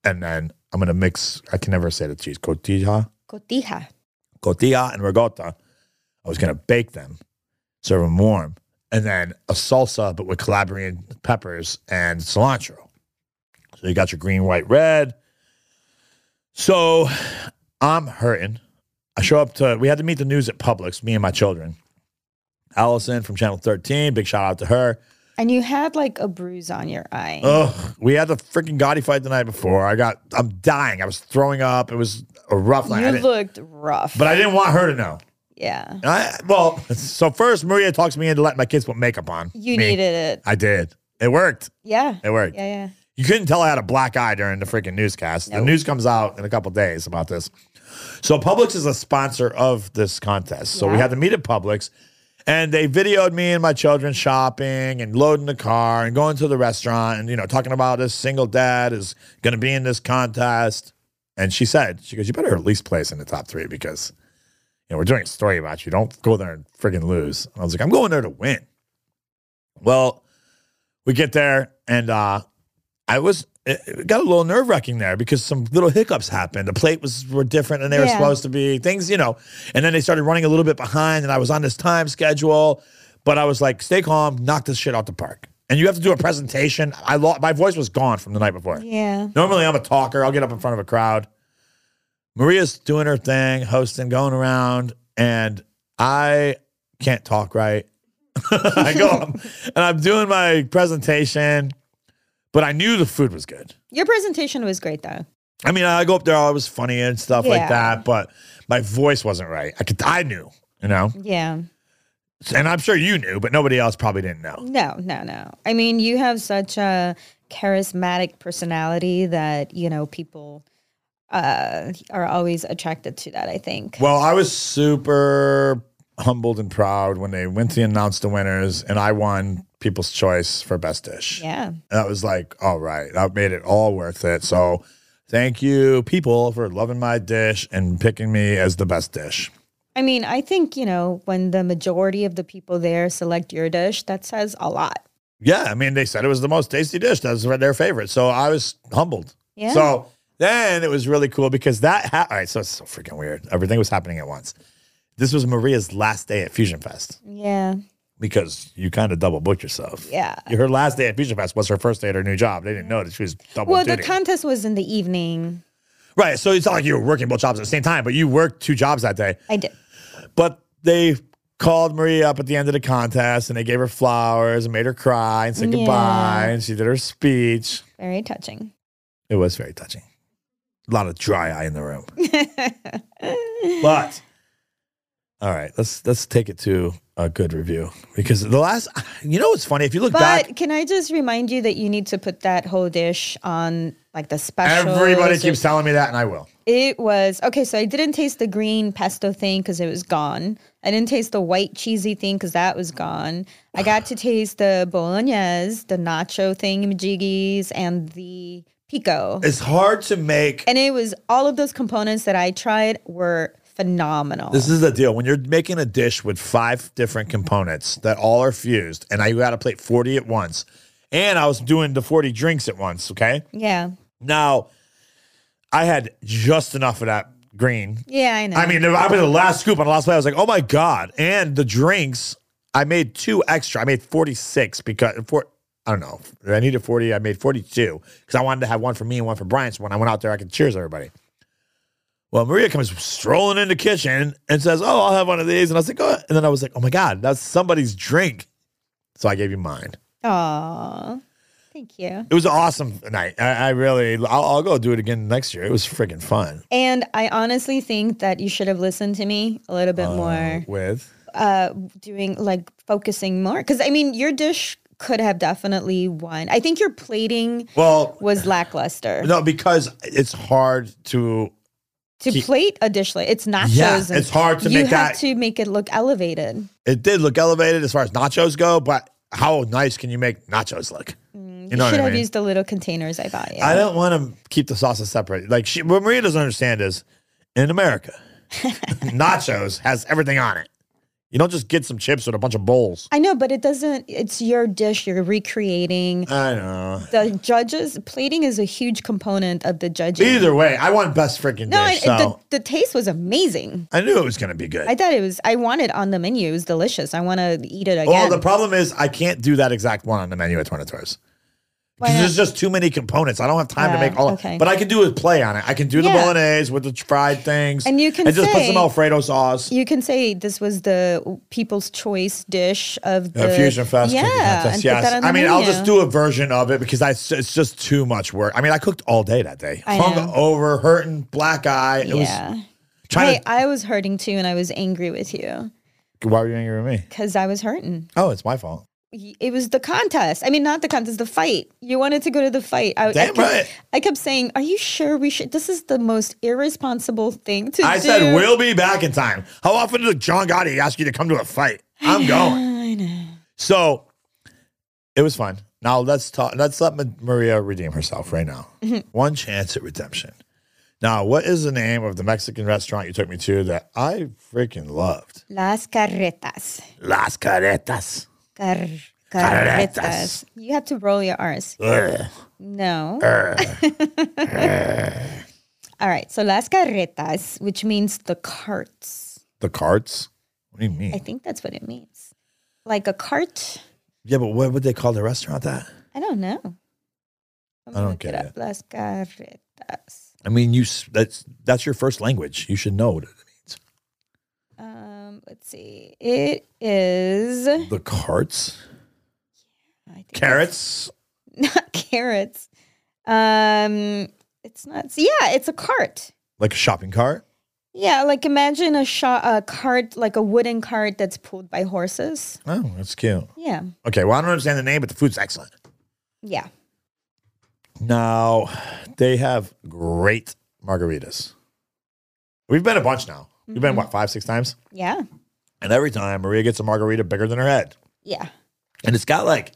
and then I'm gonna mix. I can never say the cheese cotija,
Cotija.
cotija, and ricotta. I was gonna bake them, serve them warm, and then a salsa, but with Calabrian peppers and cilantro. So you got your green, white, red. So I'm hurting. I show up to, we had to meet the news at Publix, me and my children. Allison from Channel 13, big shout out to her.
And you had like a bruise on your eye.
Ugh, we had the freaking Gotti fight the night before. I got, I'm dying. I was throwing up. It was a rough night. I
you
didn't-
looked rough.
but I didn't want her to know.
yeah.
And I, well, so first Maria talks me into letting my kids put makeup on.
You
Me.
needed it.
I did. It worked.
Yeah.
It worked.
Yeah, yeah.
You couldn't tell I had a black eye during the freaking newscast. The
No.
news comes out in a couple days about this. So Publix is a sponsor of this contest. So we
Yeah.
had to meet at Publix and they videoed me and my children shopping and loading the car and going to the restaurant and you know talking about this single dad is going to be in this contest. And she said, she goes, "You better at least place in the top 3 because you know, we're doing a story about you. Don't go there and friggin' lose." And I was like, "I'm going there to win." Well, we get there and uh I was it it got a little nerve wracking there because some little hiccups happened. The plate was were different than they were
Yeah.
supposed to be. Things, you know, and then they started running a little bit behind, and I was on this time schedule, but I was like, "Stay calm, knock this shit out the park." And you have to do a presentation. I lost my voice was gone from the night before.
Yeah.
Normally, I'm a talker. I'll get up in front of a crowd. Maria's doing her thing, hosting, going around, and I can't talk right. I go up and I'm doing my presentation, but I knew the food was good.
Your presentation was great though.
I mean, I go up there, I was funny and stuff like
Yeah.
that, but my voice wasn't right. I could, I knew, you know,
Yeah.
and I'm sure you knew, but nobody else probably didn't know.
No, no, no. I mean, you have such a charismatic personality that, you know, people uh, are always attracted to that, I think.
Well, I was super humbled and proud when they went to announce the winners, and I won People's Choice for Best Dish.
Yeah.
That was like, all right, that made it all worth it. So, thank you, people, for loving my dish and picking me as the best dish.
I mean, I think, you know, when the majority of the people there select your dish, that says a lot.
Yeah, I mean, they said it was the most tasty dish. That was their favorite. So I was humbled.
Yeah.
So then it was really cool because that, ha- all right, so it's so freaking weird. Everything was happening at once. This was Maria's last day at Fusion Fest
Yeah.
because you kind of double booked yourself.
Yeah.
Her last day at Fusion Fest was her first day at her new job. They didn't know that she was double
Well, the
duty.
contest was in the evening.
right. So it's not like you were working both jobs at the same time, but you worked two jobs that day.
I did.
But they called Maria up at the end of the contest and they gave her flowers and made her cry and said
Yeah.
goodbye. And she did her speech.
Very touching.
It was very touching. A lot of dry eye in the room. But all right, let's let's take it to a good review because the last, you know, what's funny if you look back,
But can I just remind you that you need to put that whole dish on like the special?
everybody keeps telling me that, and I will.
It was okay. So I didn't taste the green pesto thing because it was gone. I didn't taste the white cheesy thing because that was gone. I got to taste the bolognese, the nacho thing, majiggies, and the pico.
It's hard to make.
And it was all of those components that I tried were phenomenal.
This is the deal when you're making a dish with five different components that all are fused, and I got to plate forty at once, and I was doing the forty drinks at once. Okay,
yeah,
now I had just enough of that green
yeah, I know.
I mean, I was the last scoop on the last play. I was like, oh my god! And the drinks, I made two extra. I made forty six because for I don't know. I needed forty. I made forty two because I wanted to have one for me and one for Brian. So when I went out there, I could cheers everybody. Well, Maria comes strolling in the kitchen and says, "Oh, I'll have one of these." And I was like, "Oh!" And then I was like, "Oh my god, that's somebody's drink." So I gave you mine.
Aw, thank you.
It was an awesome night. I, I really, I'll, I'll go do it again next year. It was freaking fun.
And I honestly think that you should have listened to me a little bit more.
Uh, With
uh doing like focusing more because i mean your dish could have definitely won i think your plating
well,
was lackluster
no, because it's hard to
to plate a dish like it's nachos
Yeah,
and
it's hard to
you
make
have
that-
to make it look elevated
it did look elevated as far as nachos go, but how nice can you make nachos look?
Mm, you,
know what
should
I
have
mean?
used the little containers i bought you
I don't want to keep the sauces separate. Like she, what Maria doesn't understand is in America, nachos has everything on it. You don't just get some chips with a bunch of bowls.
I know but it doesn't it's your dish you're recreating
I know.
the judges plating is a huge component of the judging
Either way, I want best freaking
no
dish.
I- I-
so
the, the taste was amazing
I knew it was going to be good.
i thought it was i wanted on the menu it was delicious i want to eat it again
well, the problem is I can't do that exact one on the menu at Tornators.
Why
Because
not?
there's just too many components. I don't have time to
Yeah,
make all.
okay.
But I can do a play on it. I can do the
Yeah.
bolognese with the fried things,
And you can
and just put some
say-
Alfredo sauce.
you can say this was the people's choice dish of
A
the
Uh, fusion fest
Yeah,
cooking contest,
and put
Yes,
that on the
I mean I'll
menu.
just do a version of it because I it's just too much work. I mean I cooked all day that day,
I
hung
know.
over, hurting, black eye. It
Yeah.
was trying
Hey,
to.
I was hurting too, and I was angry with you
why were you angry with me?
because I was hurting.
Oh, it's my fault.
Y- It was the contest. I mean, not the contest, the fight. You wanted to go to the fight. I, I
Damn
kept,
right.
I kept saying, "Are you sure we should?" This is the most irresponsible thing to
I
do.
said we'll be back in time. How often did John Gotti ask you to come to a fight? I'm going.
I know.
So it was fun. Now let's talk. Let's let Ma- Maria redeem herself right now. One chance at redemption. Now, what is the name of the Mexican restaurant you took me to that I freaking loved?
Las carretas.
Las Caretas.
Car-
Carretas.
carretas. You have to roll your R's. No.
Uh.
All right. So las carretas, which means the carts.
The carts? What do you
I
mean?
think that's what it means. Like a cart.
Yeah, but what would they call the restaurant that?
I don't know. I'm
I
gonna
don't
look
get
up.
it.
Las carretas.
I mean, you s- that's that's your first language. You should know what it means.
Um, Let's see. It is I
The carts,
think
carrots.
it's not carrots. Um, it's not. so yeah, it's a cart.
Like a shopping cart.
Yeah, like imagine a shot a cart like a wooden cart that's pulled by horses.
Oh, that's cute.
Yeah,
Okay, well, I don't understand the name, but the food's excellent.
yeah.
Now, they have great margaritas. We've been a bunch now. We've been, what, five, six times?
Yeah.
And every time Maria gets a margarita bigger than her head.
Yeah.
And it's got like,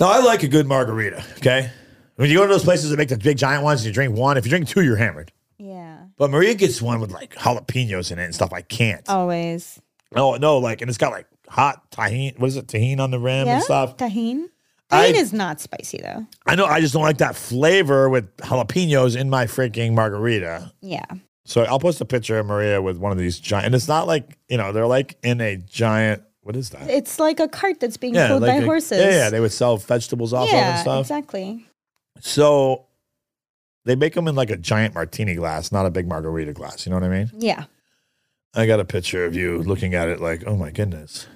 now I like a good margarita, okay? When you go to those places that make the big giant ones and you drink one, if you drink two, you're hammered.
Yeah.
But Maria gets one with like jalapenos in it and stuff. I can't.
Oh. Always.
No, no, like, and it's got like hot tahini. What is it? Tahini on the rim
yeah.
and stuff.
Tahine.
I-
Tahine is not spicy though.
I know. I just don't like that flavor with jalapenos in my freaking margarita.
Yeah.
So I'll post a picture of Maria with one of these giant, and it's not like you know they're like in a giant. What is that?
It's like a cart that's being pulled
like
by
a-
horses.
Yeah, yeah, they would sell vegetables off of and
Yeah,
stuff.
exactly.
So they make them in like a giant martini glass, not a big margarita glass. You know what I mean?
Yeah.
I got a picture of you looking at it like, oh my goodness.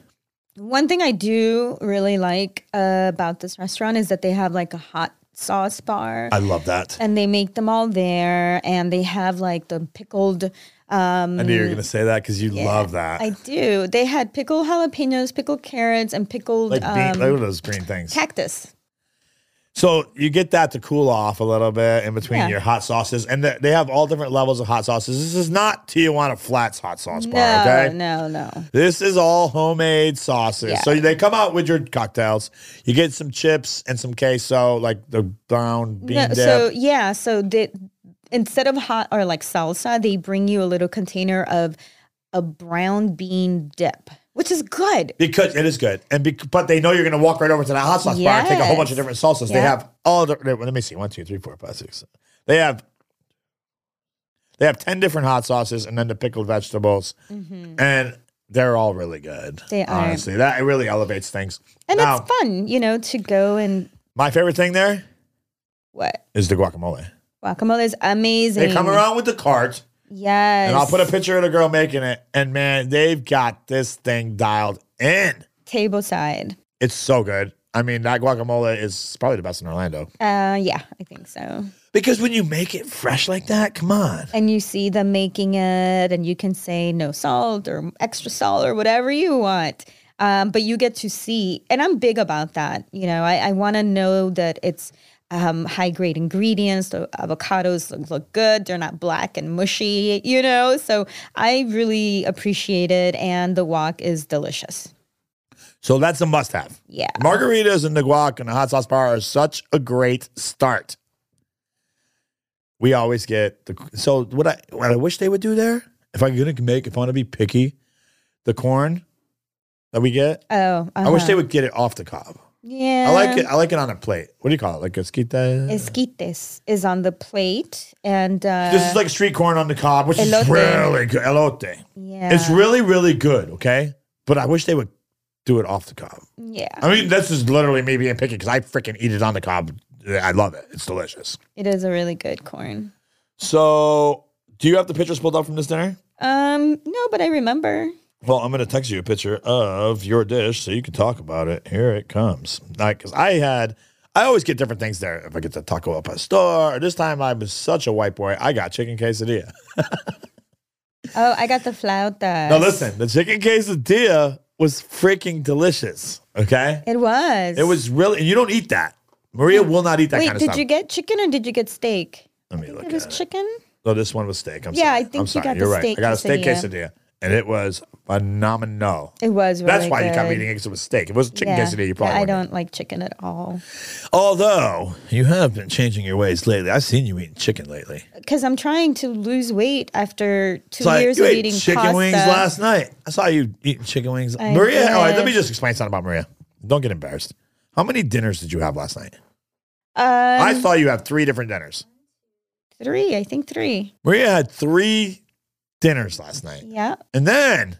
One thing I do really like uh, about this restaurant is that they have like a hot sauce bar.
I love that.
and they make them all there, and they have like the pickled. Um,
I knew you were gonna say that because you
yeah,
love that.
I do. They had pickled jalapenos, pickled carrots, and pickled
like bean,
um,
look at those green things.
cactus.
So you get that to cool off a little bit in between
Yeah.
your hot sauces, and th- they have all different levels of hot sauces. This is not Tijuana Flats hot sauce
No,
bar, okay?
no, no.
This is all homemade sauces.
Yeah.
So they come out with your cocktails. You get some chips and some queso, like the brown bean
No,
dip.
so yeah, so they instead of hot or like salsa, they bring you a little container of a brown bean dip, which is good.
because it is good, and bec but they know you're going to walk right over to that hot sauce bar and take a whole bunch of
Yes.
different salsas. They
Yeah.
have all. The, let me see, one, two, three, four, five, six. They have. They have ten different hot sauces, and then the pickled vegetables.
Mhm.
and they're all really good.
They are.
honestly that it really elevates things.
And
Now-
it's fun, you know, to go and
My favorite thing there
what
is the guacamole.
guacamole is amazing.
They come around with the cart,
yes,
and I'll put a picture of the girl making it, and man, they've got this thing dialed in.
table side.
It's so good. I mean, that guacamole is probably the best in Orlando
Uh, yeah, I think so.
because when you make it fresh like that, come on,
And you see them making it, and you can say no salt or extra salt or whatever you want. Um, but you get to see, and I'm big about that. You know, I, I want to know that it's um, high grade ingredients. The avocados look, look good. They're not black and mushy, you know? So I really appreciate it. And the wok is delicious.
so that's a must-have.
Yeah.
Margaritas and the guac and the hot sauce bar are such a great start. We always get the so what I what I wish they would do there. If I'm gonna make, if I want to be picky, the corn that we get,
Oh,
I wish they
uh-huh.
would get it off the cob.
Yeah.
I like it. I like it on a plate. What do you call it? Like esquita.
Esquites is on the plate. And uh,
this is like street corn on the cob, which is
elote.
really good. Elote.
yeah.
It's really really good. Okay, but I wish they would do it off the cob.
Yeah.
I mean, this is literally me being picky because I freaking eat it on the cob. I love it. It's delicious.
It is a really good corn.
So, do you have the pictures pulled up from this dinner?
Um, no, but I remember.
Well, I'm going to text you a picture of your dish so you can talk about it. Here it comes. Like, because I had, I always get different things there. If I get the taco al pastor, or this time I was such a white boy, I got chicken quesadilla.
Oh, I got the flauta.
Now, listen, the chicken quesadilla was freaking delicious. Okay.
It was.
It was really, and you don't eat that. Maria will not eat that
Wait,
kind of
did
stuff.
you get chicken or did you get steak?
Let me look
It
at
was
it.
chicken.
No, this one was steak. I'm
Yeah,
sorry.
I think
I'm
you
sorry.
got the
You're right.
steak
I got a steak
quesadilla.
quesadilla, and it was phenomenal.
It was. Really
That's why you kept
good.
eating it because it was steak. If It was chicken
Yeah.
quesadilla. You
Yeah,
probably
I
wouldn't.
don't like chicken at all
Although you have been changing your ways lately. I've seen you eating chicken lately.
because I'm trying to lose weight after two
It's like,
years
you
of
ate
eating
chicken
pasta.
wings last night. I saw you eating chicken wings.
I
Maria, all right, let
did.
me just explain something about Maria. Don't get embarrassed. How many dinners did you have last night?
Um,
I saw you have three different dinners.
three. I think three.
Maria had three dinners last night.
Yeah.
And then,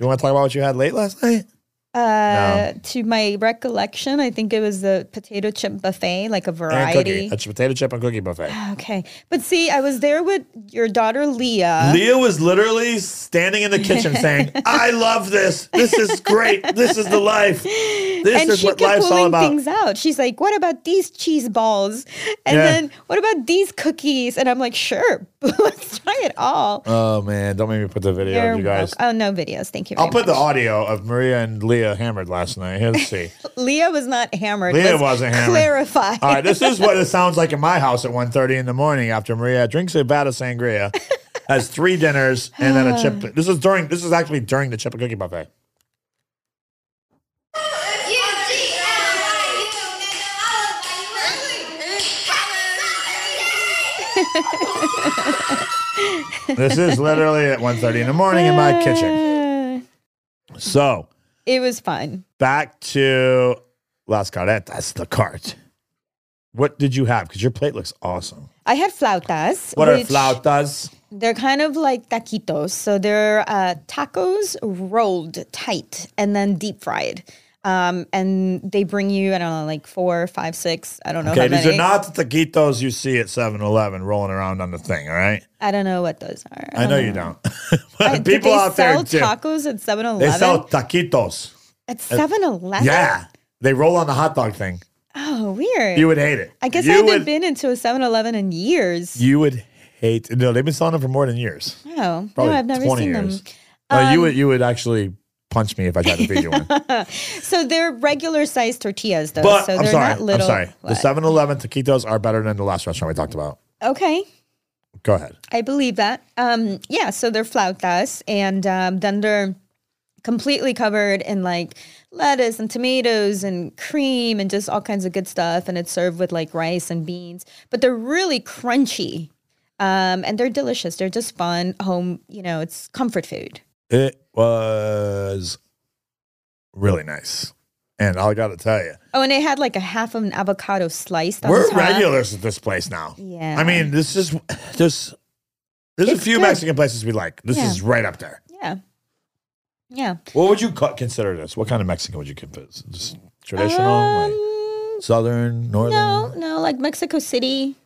you want to talk about what you had late last night?
Uh, To my recollection, I think it was the potato chip buffet, like a
And
variety.
cookie. It's a potato chip and cookie buffet.
Okay, but see, I was there with your daughter Leah.
Leah was literally standing in the kitchen saying, I love this. This is great. This is the life. This
and
is
she
what
kept
life's all
pulling
about.
things out. She's like, "What about these cheese balls?" And
Yeah.
then, "What about these cookies?" And I'm like, "Sure, let's try it all."
Oh, man. Don't make me put the video,
You're
you guys.
welcome. Oh no, videos. Thank you. Very
I'll put the
much.
audio of Maria and Leah hammered last night. Here, Let's see.
Leah was not hammered.
Leah
Let's
wasn't hammered.
Clarify.
All right, this is what it sounds like in my house at 1.30 in the morning after Maria drinks a vat of sangria, has three dinners, and then a chip. This is during. This is actually during the chip and cookie buffet. This is literally at 1.30 in the morning in my kitchen. So
It was fun.
back to Las Caretas, the cart. What did you have? Because your plate looks awesome.
I had flautas.
What are
which-
flautas?
They're kind of like taquitos. So they're uh, tacos rolled tight and then deep fried. Um, and they bring you, I don't know, like four, five, six. I don't know.
Okay,
how
these
many.
are not the taquitos you see at 7-Eleven rolling around on the thing, all right?
I don't know what those are.
I know you don't.
I-
but
did
people
Uh-huh. Uh, they
out
sell
there do.
tacos at 7
They sell
Eleven?
taquitos.
At 7 Eleven?
Yeah. They roll on the hot dog thing.
Oh, weird.
You would hate it.
I guess
you
I haven't
would,
been into a 7 Eleven in years.
You would hate. No, they've been selling them for more than years.
oh, no,
Probably
I've never
20
seen
years.
them. Um,
Uh, you would. You would actually punch me if I tried to feed you one.
So they're regular sized tortillas, though.
But
so they're
I'm sorry.
not little.
I'm sorry. The
What?
7-Eleven taquitos are better than the last restaurant we talked about.
okay.
Go ahead.
I believe that. Um, yeah, so they're flautas, and um, then they're completely covered in like lettuce and tomatoes and cream and just all kinds of good stuff. And it's served with like rice and beans, but they're really crunchy. Um, and they're delicious. They're just fun home. You know, it's comfort food.
It was really nice, and I got to tell you,
Oh, and they had like a half of an avocado sliced. On
we're
top.
regulars at this place now.
Yeah.
I mean, this is there's there's a
It's
few
good.
Mexican places we like. This
Yeah.
is right up there.
Yeah. Yeah.
What would you co- consider this? What kind of Mexican would you consider? Just traditional, like
Um,
southern, northern?
No, no, like Mexico City.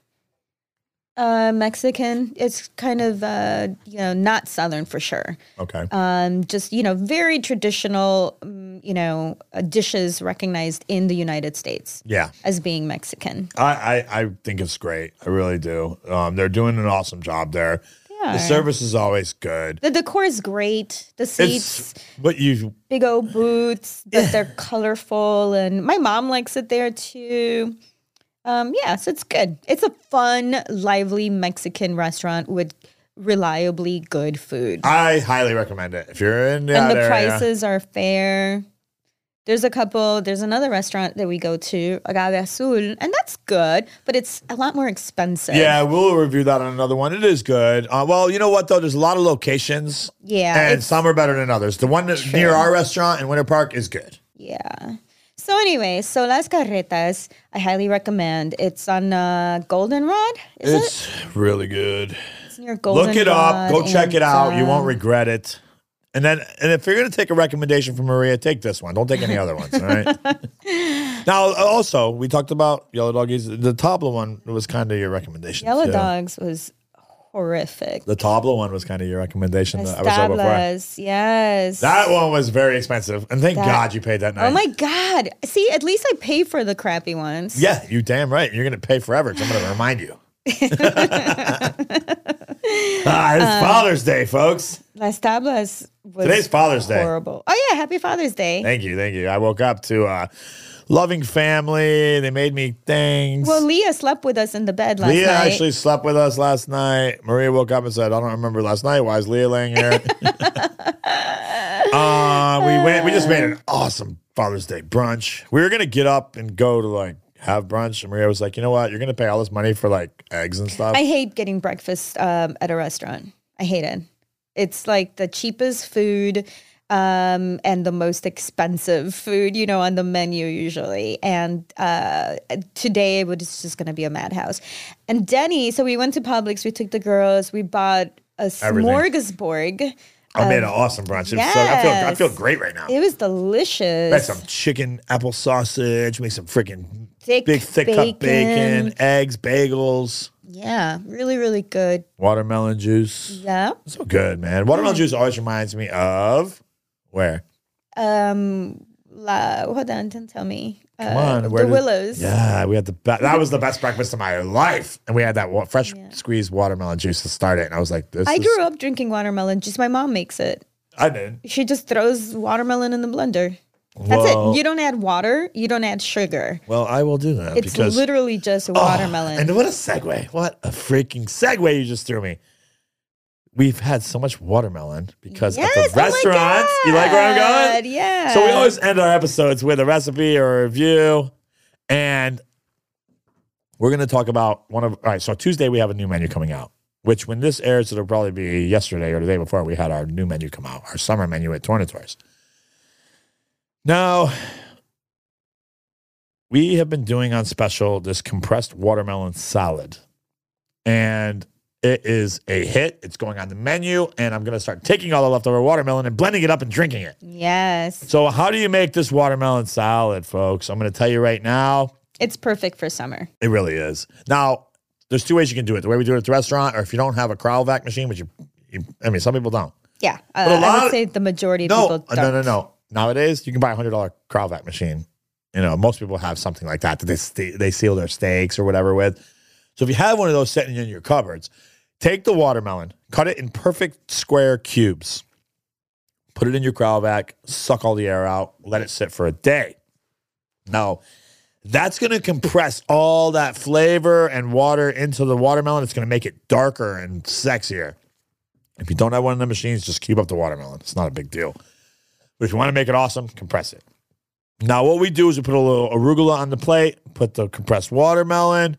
Uh, Mexican. It's kind of uh, you know not southern for sure.
Okay.
Um, just you know very traditional, um, you know uh, dishes recognized in the United States
yeah.
as being Mexican.
I, I, I think it's great. I really do. Um, they're doing an awesome job there.
are.
The service is always good.
The decor is great. The seats,
It's but you
big old boots, but they're colorful, and my mom likes it there too. Um, yeah, so it's good. It's a fun, lively Mexican restaurant with reliably good food.
I highly recommend it. If you're in the,
and the
area,
prices are fair. There's a couple, there's another restaurant that we go to, Agave Azul, and that's good, but it's a lot more expensive.
Yeah, we'll review that on another one. It is good. Uh, well, you know what though? There's a lot of locations,
Yeah.
and
it's-
some are better than others. The one that, near our restaurant in Winter Park is good.
yeah. So, anyway, so Las Carretas, I highly recommend. It's on uh, Goldenrod. Is it?
It's really good.
It's near
Eh, Look it up. Go
Goldenrod
check it
and,
out. you
uh,
won't regret it. And then, and if you're gonna take a recommendation from Maria, take this one. Don't take any other ones. All right. now, also, we talked about Yellow Doggies. The Tabla one was kind of your recommendation.
Yellow
too.
Dogs was horrific.
The Tabla one uh, was kind of your recommendation. The episode before.
Establas, yes.
That one was very expensive, and thank
That-
God you paid that night.
oh my God. See, at least I pay for the crappy ones.
Yeah, you damn right. You're gonna pay forever. 'cause I'm gonna remind you. Ah, it's
Uh,
Father's Day, folks.
Las Tablas was
Today's Father's Day.
horrible. Oh yeah, happy Father's Day.
Thank you, thank you. I woke up to uh, loving family. They made me things.
Well, Leah slept with us in the bed last
Leah
night.
actually slept with us last night. Maria woke up and said, "I don't remember last night. Why is Leah laying here?" uh, we went. We just made an
Uh.
awesome Father's Day brunch. We were gonna get up and go to like have brunch, and Maria was like, "You know what? You're gonna pay all this money for like eggs and stuff."
I hate getting breakfast um, at a restaurant. I hate it. It's like the cheapest food um, and the most expensive food, you know, on the menu usually. And uh, today it was just going to be a madhouse. And Denny, so we went to Publix, we took the girls, we bought a
Everything.
smorgasbord
I made an awesome brunch. It was so- I, feel, I
Yes.
feel great right now.
It was delicious.
Make some chicken apple sausage, make some freaking
Thick
big, thick cut bacon,
bacon.
eggs, bagels,
Yeah, really, really good.
watermelon juice.
Yeah.
So good, man. Watermelon juice always reminds me of where?
Um, la, hold on, don't tell me.
Come on, where
Uh, the
did-
Willows.
Yeah, we had the best. That was the best breakfast of my life, and we had that wa- fresh squeezed watermelon juice to start it. And I was like, "This."
I
is-
grew up drinking watermelon juice. My mom makes it.
I didn't.
She just throws watermelon in the blender. That's
well,
it. You don't add water. You don't add sugar.
well, I will do that
It's
because
literally just
Oh,
watermelon.
and what a segue! What a freaking segue you just threw me. We've had so much watermelon because at
Yes, oh
the
my
restaurants. you like where I'm going?
God, Yeah.
So we always end our episodes with a recipe or a review. And we're going to talk about one of, all right, so Tuesday we have a new menu coming out, which when this airs, it'll probably be yesterday or the day before we had our new menu come out, our summer menu at Tornators. Now, we have been doing on special this compressed watermelon salad. And it is a hit. It's going on the menu. And I'm going to start taking all the leftover watermelon and blending it up and drinking it.
Yes.
So, how do you make this watermelon salad, folks? I'm going to tell you right now,
It's perfect for summer.
it really is. Now, there's two ways you can do it. The way we do it at the restaurant, or if you don't have a Cryovac machine, which you, you I mean, some people don't.
Yeah. Uh,
But a
I
lot of-
would say the majority of
No,
people
uh,
don't.
no, no, no. Nowadays, you can buy a hundred dollar Cryovac machine. You know, most people have something like that that they ste they seal their steaks or whatever with. So if you have one of those sitting in your cupboards, take the watermelon, cut it in perfect square cubes, put it in your Cryovac, suck all the air out, let it sit for a day. Now, that's going to compress all that flavor and water into the watermelon. It's going to make it darker and sexier. If you don't have one of the machines, just keep up the watermelon. It's not a big deal. But if you want to make it awesome, compress it. Now, what we do is we put a little arugula on the plate, put the compressed watermelon,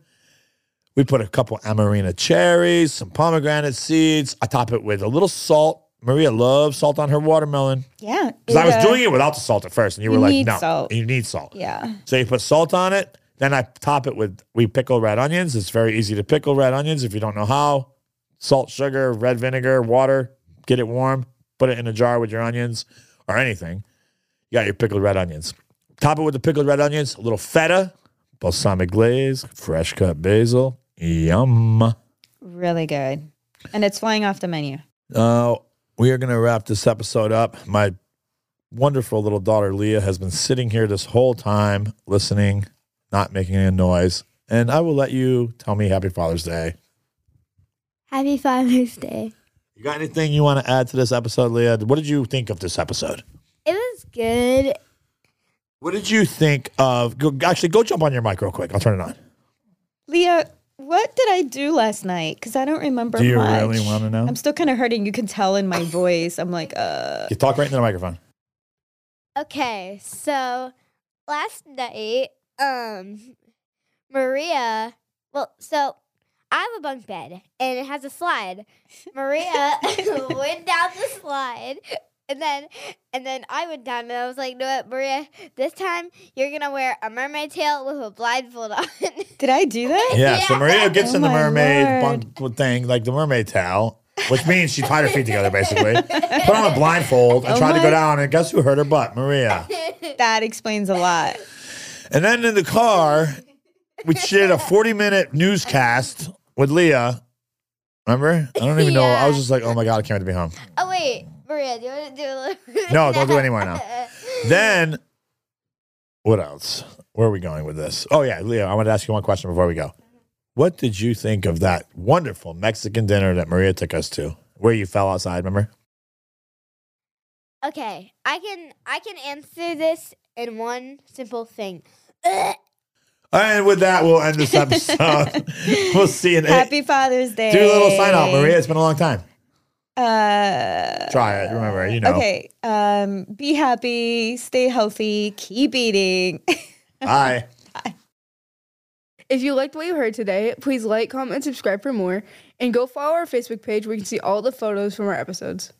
we put a couple amarina cherries, some pomegranate seeds. I top it with a little salt. Maria loves salt on her watermelon
Yeah.
because I
it,
was
uh,
doing it without the salt at first, and you were
you
like,
need
"No,
salt.
you need salt."
Yeah.
So you put salt on it. Then I top it with we pickle red onions. It's very easy to pickle red onions if you don't know how. Salt, sugar, red vinegar, water. Get it warm. Put it in a jar with your onions or anything. You got your pickled red onions. Top it with the pickled red onions. A little feta, balsamic glaze, fresh cut basil. Yum.
Really good. And it's flying off the menu.
Uh, we are going to wrap this episode up. My wonderful little daughter Leah has been sitting here this whole time, listening, not making any noise. And I will let you tell me Happy Father's Day.
Happy Father's Day.
You got anything you want to add to this episode, Leah? What did you think of this episode?
It was good.
What did you think of? Go, actually, go jump on your mic real quick. I'll turn it on.
Leah, what did I do last night? Because I don't remember
Do you
much.
really want to know?
I'm still kind of hurting. You can tell in my voice. I'm like, uh,
You talk right into the microphone.
Okay, so last night, um, Maria. Well, so I have a bunk bed and it has a slide. Maria went down the slide, and then and then I went down, and I was like, "No, what, Maria, this time you're gonna wear a mermaid tail with a blindfold on."
did I do that?
Yeah, so Maria gets
Oh
in the
my
mermaid
Lord.
bunk thing, like the mermaid towel, which means she tied her feet together basically, put on a blindfold, and
Oh
tried to go
my-
down. And guess who hurt her butt? Maria.
That explains a lot.
And then in the car, we did a 40 minute newscast with Leah. Remember? I don't even know. I was
Yeah.
just like, oh my God, I can't wait to be home.
oh wait, Maria, do you want to do a little?
No, don't do any more now. Then, what else? Where are we going with this? Oh, yeah, Leah, I want to ask you one question before we go. What did you think of that wonderful Mexican dinner that Maria took us to, where you fell outside, remember?
Okay, I can I can answer this in one simple thing.
And with that, we'll end this episode. we'll see you in
Happy Father's Day.
Do a little sign out, Maria. It's been a long time.
Uh,
Try it. Remember, you know.
Okay. Um, be happy, stay healthy, keep eating.
Bye.
If you liked what you heard today, please like, comment, and subscribe for more. And go follow our Facebook page where you can see all the photos from our episodes.